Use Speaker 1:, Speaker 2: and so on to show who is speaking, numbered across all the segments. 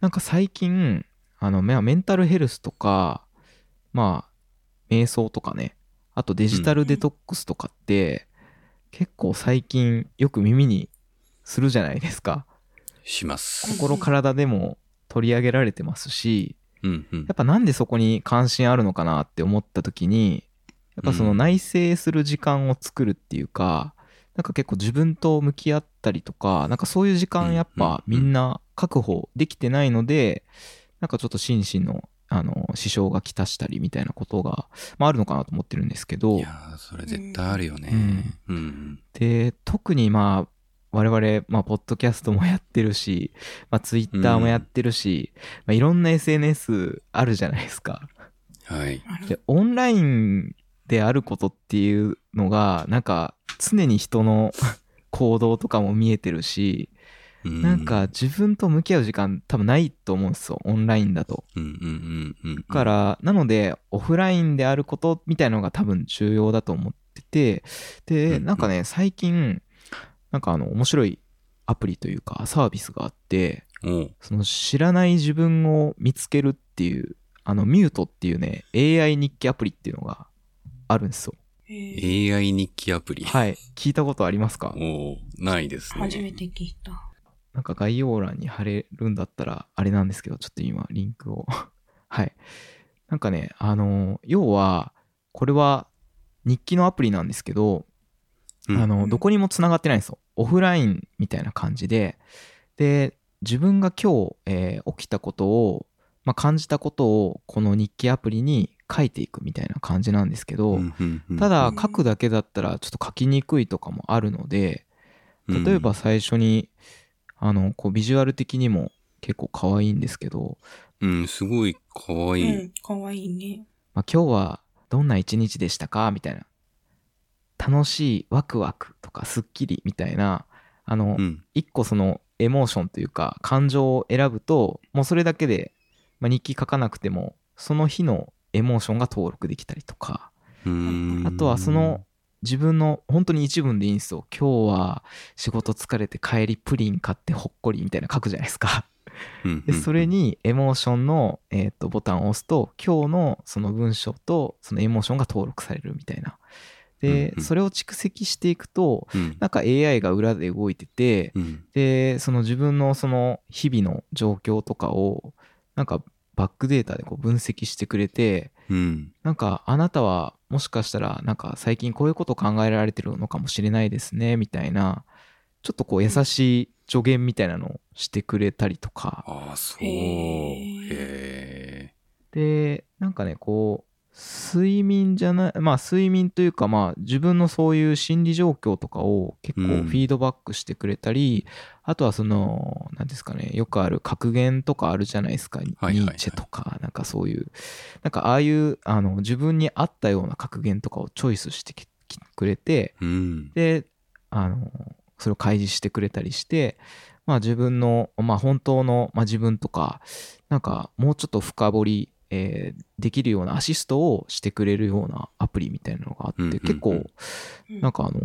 Speaker 1: なんか最近あのまあメンタルヘルスとかまあ瞑想とかねあとデジタルデトックスとかって、結構最近よく耳にするじゃないですか
Speaker 2: します。
Speaker 1: 心体でも取り上げられてますし
Speaker 2: うんうん
Speaker 1: やっぱなんでそこに関心あるのかなって思った時にやっぱその内省する時間を作るっていうか、なんか結構自分と向き合ったりとかなんかそういう時間やっぱ
Speaker 2: うんう
Speaker 1: み
Speaker 2: ん
Speaker 1: んな確保できてないので、なんかちょっと心身のあの支障がきたしたりみたいなことが、まあ、あるのかなと思ってるんですけど
Speaker 2: いやーそれ絶対あるよね。うんうん
Speaker 1: で特にまあ我々、まあ、ポッドキャストもやってるし、まあ、ツイッターもやってるし、まあ、いろんな SNS あるじゃないですか。
Speaker 2: はい。
Speaker 1: でオンラインであることっていうのがなんか常に人の 行動とかも見えてるし
Speaker 2: う
Speaker 1: なんか、自分と向き合う時間多分ないと思うんですよオンラインだと。
Speaker 2: うんうんうんうん。
Speaker 1: だか、らなのでオフラインであることみたいのが多分重要だと思ってて
Speaker 2: うん
Speaker 1: で
Speaker 2: うん
Speaker 1: なんかね最近なんかあの面白いアプリというかサービスがあって
Speaker 2: おう
Speaker 1: その知らない自分を見つけるっていうあのミュートっていうね AI 日記アプリっていうのがあるんですよ
Speaker 2: AI 日記アプリ。
Speaker 1: はい聞いたことありますか
Speaker 2: おうないですね。
Speaker 3: 初めて聞いた。
Speaker 1: なんか概要欄に貼れるんだったらあれなんですけど、ちょっと今リンクを。 はい。なんかね、あの、要は、これは日記のアプリなんですけど、
Speaker 2: うん
Speaker 1: あの、どこにもつながってないんですよ。オフラインみたいな感じで、で、自分が今日、えー起きたことを、まあ、感じたことをこの日記アプリに書いていくみたいな感じなんですけど、
Speaker 2: うんうんうん
Speaker 1: ただ
Speaker 3: うん
Speaker 1: 書くだけだったらちょっと書きにくいとかもあるので、例えば、最初に、あのこうビジュアル的にも結構可愛いんですけど、
Speaker 2: うん、うんすごい可
Speaker 3: う
Speaker 2: 愛い。
Speaker 3: ん、かわいいね。
Speaker 1: まあ、今日はどんな一日でしたかみたいな楽しいワクワクとかスッキリみたいなあの、
Speaker 2: うん。
Speaker 1: 一個そのエモーションというか感情を選ぶともうそれだけで、まあ、日記書かなくてもその日のエモーションが登録できたりとか
Speaker 2: うん
Speaker 1: あとはその、自分の本当に一文でいいんですよ今日は仕事疲れて帰りプリン買ってほっこりみたいな書くじゃないです か。
Speaker 2: うん
Speaker 1: でそれ、にエモーションの、えー、とボタンを押すと今日のその文章とそのエモーションが登録されるみたいな。
Speaker 2: うん
Speaker 1: で
Speaker 2: うん
Speaker 1: それを蓄積していくと
Speaker 2: うん
Speaker 1: なんか AI が裏で動いてて
Speaker 2: うん
Speaker 1: でその自分のその日々の状況とかをなんかバックデータでこう分析してくれて
Speaker 2: うん。
Speaker 1: なんかあなたはもしかしたらなんか最近こういうこと考えられてるのかもしれないですねみたいなちょっとこう優しい助言みたいなのをしてくれたりとか。
Speaker 2: ああ、そう。
Speaker 3: へー
Speaker 2: へえ。
Speaker 1: でなんかねこう睡眠じゃないまあ睡眠というかまあ自分のそういう心理状況とかを結構
Speaker 2: う
Speaker 1: フ
Speaker 2: ん
Speaker 1: ィードバックしてくれたり、あとはその何ですかねよくある格言とかあるじゃないですか、
Speaker 2: はいはい
Speaker 1: ニーチェとかなんかそういうなんかああいうあの自分に合ったような格言とかをチョイスしてききくれて、
Speaker 2: うん。
Speaker 1: であのそれを開示してくれたりして、まあ、自分の、まあ、本当の、まあ、自分とかなんかもうちょっと深掘り、えーできるようなアシストをしてくれるようなアプリみたいなのがあって、
Speaker 2: うんうんうん
Speaker 1: 結構なんかあの、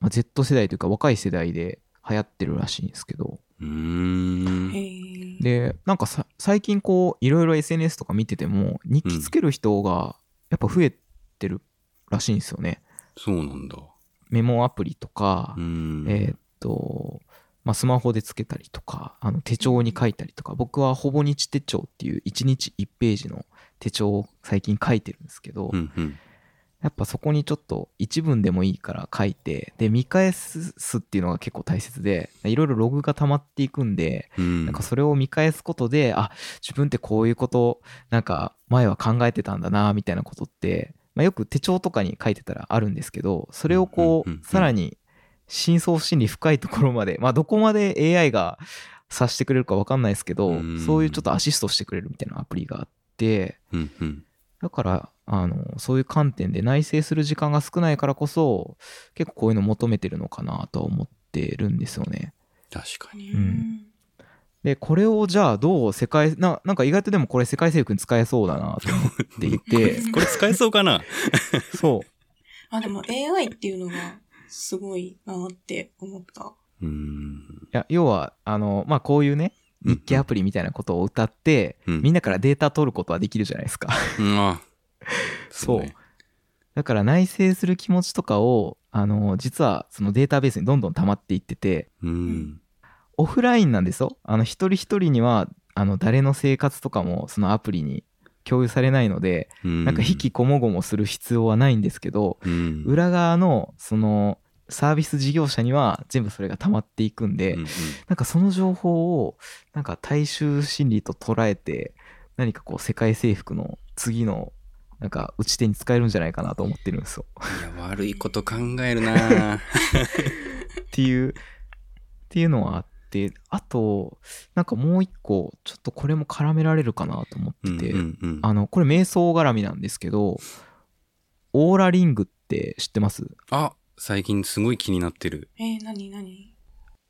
Speaker 1: まあ、Z 世代というか若い世代で流行ってるらしいんですけど
Speaker 2: うー
Speaker 3: うん
Speaker 2: ん。
Speaker 3: へえ。
Speaker 1: でなんかさ最近こういろいろ SNS とか見てても日記つける人がやっぱ増えてるらしいんですよね。
Speaker 2: そうなんだ。
Speaker 1: メモアプリとか、
Speaker 2: うん。
Speaker 1: えーっと、まあ、スマホでつけたりとかあの手帳に書いたりとか僕はほぼ日手帳っていう1日1ページの手帳を最近書いてるんですけど、
Speaker 2: うんうん。
Speaker 1: やっぱそこにちょっと一文でもいいから書いてで見返すっていうのが結構大切でいろいろログが溜まっていくんで
Speaker 2: うん。
Speaker 1: なんかそれを見返すことであ自分ってこういうことなんか前は考えてたんだなみたいなことって、まあ、よく手帳とかに書いてたらあるんですけどそれをこ
Speaker 2: うんうんうんう
Speaker 1: う
Speaker 2: ん
Speaker 1: さらに深層心理深いところまで、まあ、どこまで AI が察してくれるか分かんないですけど
Speaker 2: うん
Speaker 1: そういうちょっとアシストしてくれるみたいなアプリがあって
Speaker 2: うんうん。
Speaker 1: だからあのそういう観点で内省する時間が少ないからこそ結構こういうの求めてるのかなとは思ってるんですよね。
Speaker 2: 確かに。
Speaker 1: んでこれをじゃあどう世界ななんか意外とでもこれ世界征服に使えそうだなと思っていて
Speaker 2: これ使えそうかな
Speaker 1: そう
Speaker 3: あ、でも AI っていうのがすごいなって思った。
Speaker 2: うーん。
Speaker 1: いや要はあのまあこういうね日記アプリみたいなことを歌って、
Speaker 2: うん
Speaker 1: みんなからデータ取ることはできるじゃないですか。
Speaker 2: うんあ
Speaker 1: そう
Speaker 2: ね
Speaker 1: だから内省する気持ちとかを、あの、実はそのデータベースにどんどん溜まっていってて、
Speaker 2: うん
Speaker 1: オフラインなんですよ。あの、一人一人には、あの、誰の生活とかもそのアプリに共有されないので、
Speaker 2: な
Speaker 1: なんか引きこもごもする必要はないんですけど、
Speaker 2: 裏
Speaker 1: 裏側のそのサービス事業者には全部それが溜まっていくんで、なんかその情報をなんか大衆心理と捉えて何かこう世界征服の次のなんか打ち手に使えるんじゃないかなと思ってるんですよ。
Speaker 2: いや、悪いこと考えるなぁ
Speaker 1: っていうっていうのはあってあとなんかもう一個ちょっとこれも絡められるかなと思
Speaker 2: う
Speaker 1: っ
Speaker 2: ん
Speaker 1: てて、
Speaker 2: うんうん
Speaker 1: あのこれ瞑想絡みなんですけどオーラリングって知ってます
Speaker 2: あ、最近すごい気になってる。
Speaker 3: えー、なになに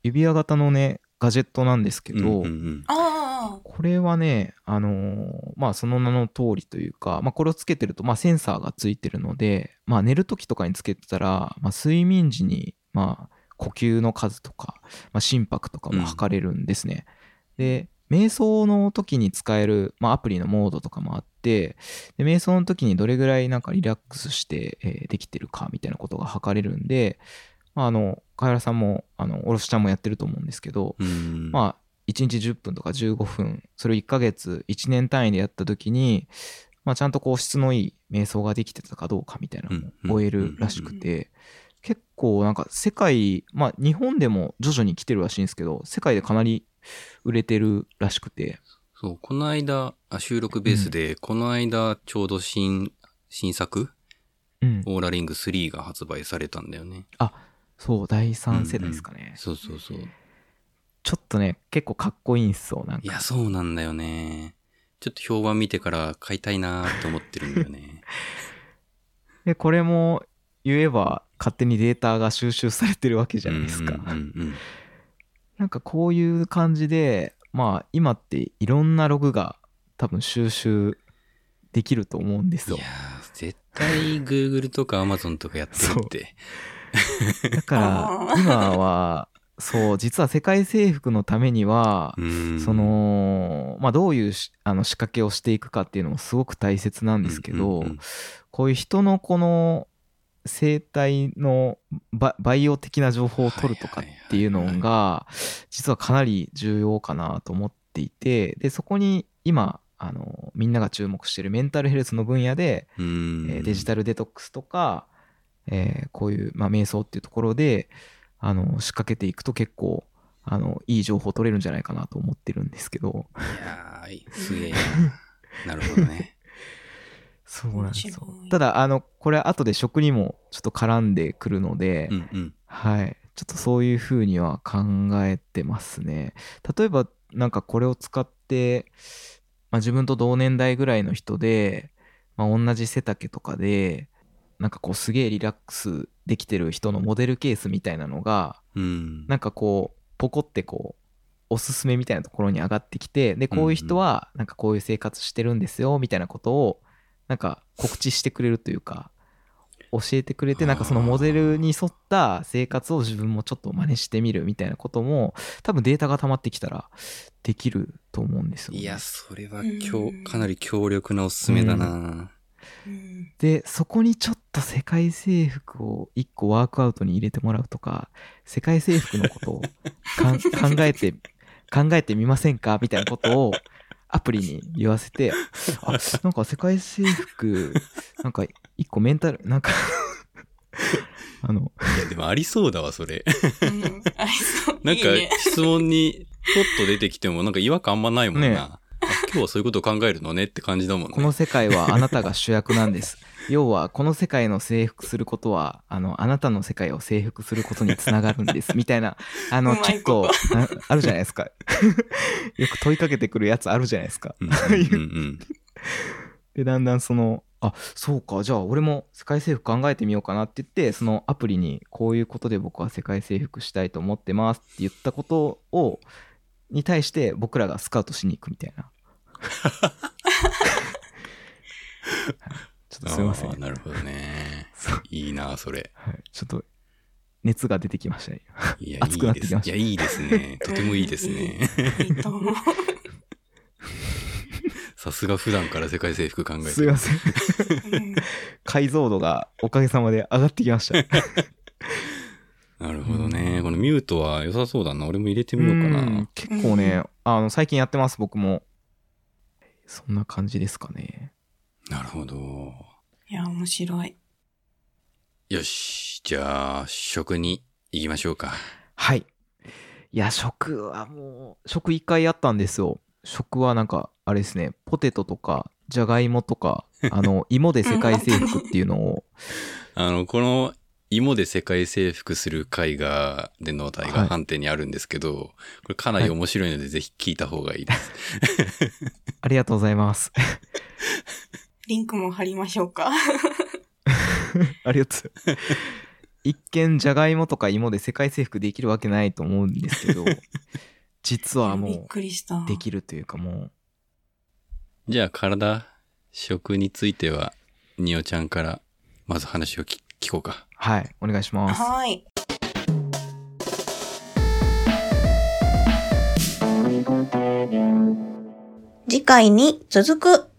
Speaker 1: 指輪型のねガジェットなんですけど、
Speaker 2: うんうん
Speaker 3: ああ、
Speaker 1: これはね、あのーまあその名の通りというか、まあ、これをつけてると、まあ、センサーがついてるので、まあ、寝る時とかにつけてたら、まあ、睡眠時に、まあ、呼吸の数とか、まあ、心拍とかも測れるんですね。で瞑想の時に使える、まあ、アプリのモードとかもあってで瞑想の時にどれぐらいなんかリラックスして、えーできてるかみたいなことが測れるんで、まあ、あのカエラさんもあのおろしちゃんもやってると思うんですけど、
Speaker 2: うん
Speaker 1: まあ、1日10分とか15分、それを1ヶ月、1年単位でやった時に、まあ、ちゃんとこう質のいい瞑想ができてたかどうかみたいなの
Speaker 2: うん
Speaker 1: も終えるらしくて、結構なんか世界、まあ、日本でも徐々に来てるらしいんですけど、世界でかなり売れてるらしくて、
Speaker 2: そう、この間、あ収録ベースで、この間、ちょうど新、新作、
Speaker 1: うん、
Speaker 2: オーラリング3が発売されたんだよね。
Speaker 1: そう、第3世代ですかね。
Speaker 2: そうそうそう。
Speaker 1: ちょっとね、結構かっこいいんすよ、なん
Speaker 2: い
Speaker 1: か。
Speaker 2: や、そうなんだよね。ちょっと評判見てから買いたいなーと思ってるんだよね。
Speaker 1: で、これも言えば勝手にデータが収集されてるわけじゃないですか。
Speaker 2: うんうんうん
Speaker 1: なんかこういう感じで、まあ今っていろんなログが多分収集できると思うんです
Speaker 2: う
Speaker 1: よ
Speaker 2: んいや。ー絶対 Google とか Amazon とかやってるって。
Speaker 1: だか
Speaker 3: あ
Speaker 1: ら今は、そう、実は世界征服のためには、
Speaker 2: うん
Speaker 1: そ、の、まあどういうしあの仕掛けをしていくかっていうのもすごく大切なんですけど、
Speaker 2: うんうんうん
Speaker 1: こういう人のこの生態のババイオ的な情報を取るとかっていうの
Speaker 2: はいはいは
Speaker 1: が実はかなり重要かなと思っていてでそこに今あのみんなが注目しているメンタルヘルスの分野で、
Speaker 2: うん
Speaker 1: えーデジタルデトックスとか、えーこういう、まあ、瞑想っていうところであの仕掛けていくと結構あのいい情報取れるんじゃないかなと思ってるんですけど
Speaker 2: いやーすげえな。なるほど ね。
Speaker 1: そうなんですよ
Speaker 3: 面白い
Speaker 1: ただあのこれ後で食にもちょっと絡んでくるので、
Speaker 2: うんうん。
Speaker 1: はい。ちょっとそういうふうには考えてますね。例えば、なんかこれを使って、まあ、自分と同年代ぐらいの人で、まあ、同じ背丈とかで、なんかこうすげえリラックスできてる人のモデルケースみたいなのが、
Speaker 2: うん。
Speaker 1: なんかこう、ポコってこう、おすすめみたいなところに上がってきて、で、こういう人は、なんかこういう生活してるんですよ、みたいなことを、なんか告知してくれるというか、教えてくれて、なんかそのモデルに沿った生活を自分もちょっと真似してみるみたいなことも、多分データが溜まってきたらできると思うんですよね、
Speaker 2: いや、それは
Speaker 3: うん
Speaker 2: 強、かなり強力なおすすめだな。
Speaker 3: うん。
Speaker 1: で、そこにちょっと世界征服を一個ワークアウトに入れてもらうとか、世界征服のことをかん考えて、考えてみませんかみたいなことをアプリに言わせて、あ、なんか世界征服、なんか一個メンタル、なんか、 あの、
Speaker 2: いや、でもありそうだわ、そ れ。
Speaker 3: うんありそう。
Speaker 2: なんか
Speaker 3: いいね、
Speaker 2: 質問にポッと出てきてもなんか違和感あんまないもんな。
Speaker 1: ね
Speaker 2: あ今日はそういうことを考えるのねって感じだもん
Speaker 1: こ
Speaker 2: ね
Speaker 1: の。世界はあなたが主役なん です。要は、この世界の征服することは、あの、あなたの世界を征服することにつながるん です。みたいな、あの、
Speaker 3: うま
Speaker 1: ちょ
Speaker 3: い
Speaker 1: っ、
Speaker 3: こと
Speaker 1: なあるじゃないですか。 よく問いかけてくるやつあるじゃないですか。
Speaker 2: う んうん
Speaker 1: で、だんだんその、あ、そうか、じゃあ俺も世界征服考えてみようかなって言って、そのアプリに、こういうことで僕は世界征服したいと思ってますって言ったことを、に対して僕らがスカウトしに行くみたいな。はいちょっ
Speaker 2: うん。
Speaker 1: とすいません
Speaker 2: あー。なるほどね。
Speaker 1: そう
Speaker 2: いいな、それ。
Speaker 1: はい、ちょっと熱が出てきましたね。
Speaker 2: いや、
Speaker 1: 熱くなってきました
Speaker 2: いいですいや、いいで すね。とてもいいですね。
Speaker 3: いいと思う。
Speaker 2: さすが普段から世界征服考えて
Speaker 1: すい
Speaker 2: る。
Speaker 1: ません。
Speaker 3: うん
Speaker 1: 解像度がおかげさまで上がってきま した。
Speaker 2: なるほどね。このミュートは良さそうだな。俺も入れてみようか
Speaker 1: うん
Speaker 2: な。
Speaker 1: 結構ね、あの最近やってます、僕も。そんな感じですかね。
Speaker 2: なるほど。
Speaker 3: いや、面白い。
Speaker 2: よし。じゃあ、食に行きましょうか。
Speaker 1: はい。いや、食はもう、食一回あったんですよ。食はなんか、あれですね、ポテトとか、じゃがいもと か、あの、芋で世界征服っていうのを、
Speaker 2: あの、この、芋で世界征服する絵画での大
Speaker 1: はい
Speaker 2: 河判定にあるんですけど、これかなり面白いので、ぜひ聞いた方がいいです。
Speaker 1: ありがとうございます。
Speaker 3: リンクも貼りましょうか。
Speaker 1: ありがとう。一見、じゃがいもとか芋で世界征服できるわけないと思うんですけど、実はも
Speaker 3: びっ
Speaker 1: う、
Speaker 3: くりした。
Speaker 1: できるというかもう、
Speaker 2: じゃあ、体、食については、におちゃんから、まず話をき聞こうか。
Speaker 1: はい、お願いします。
Speaker 3: はい。
Speaker 4: 次回に続く。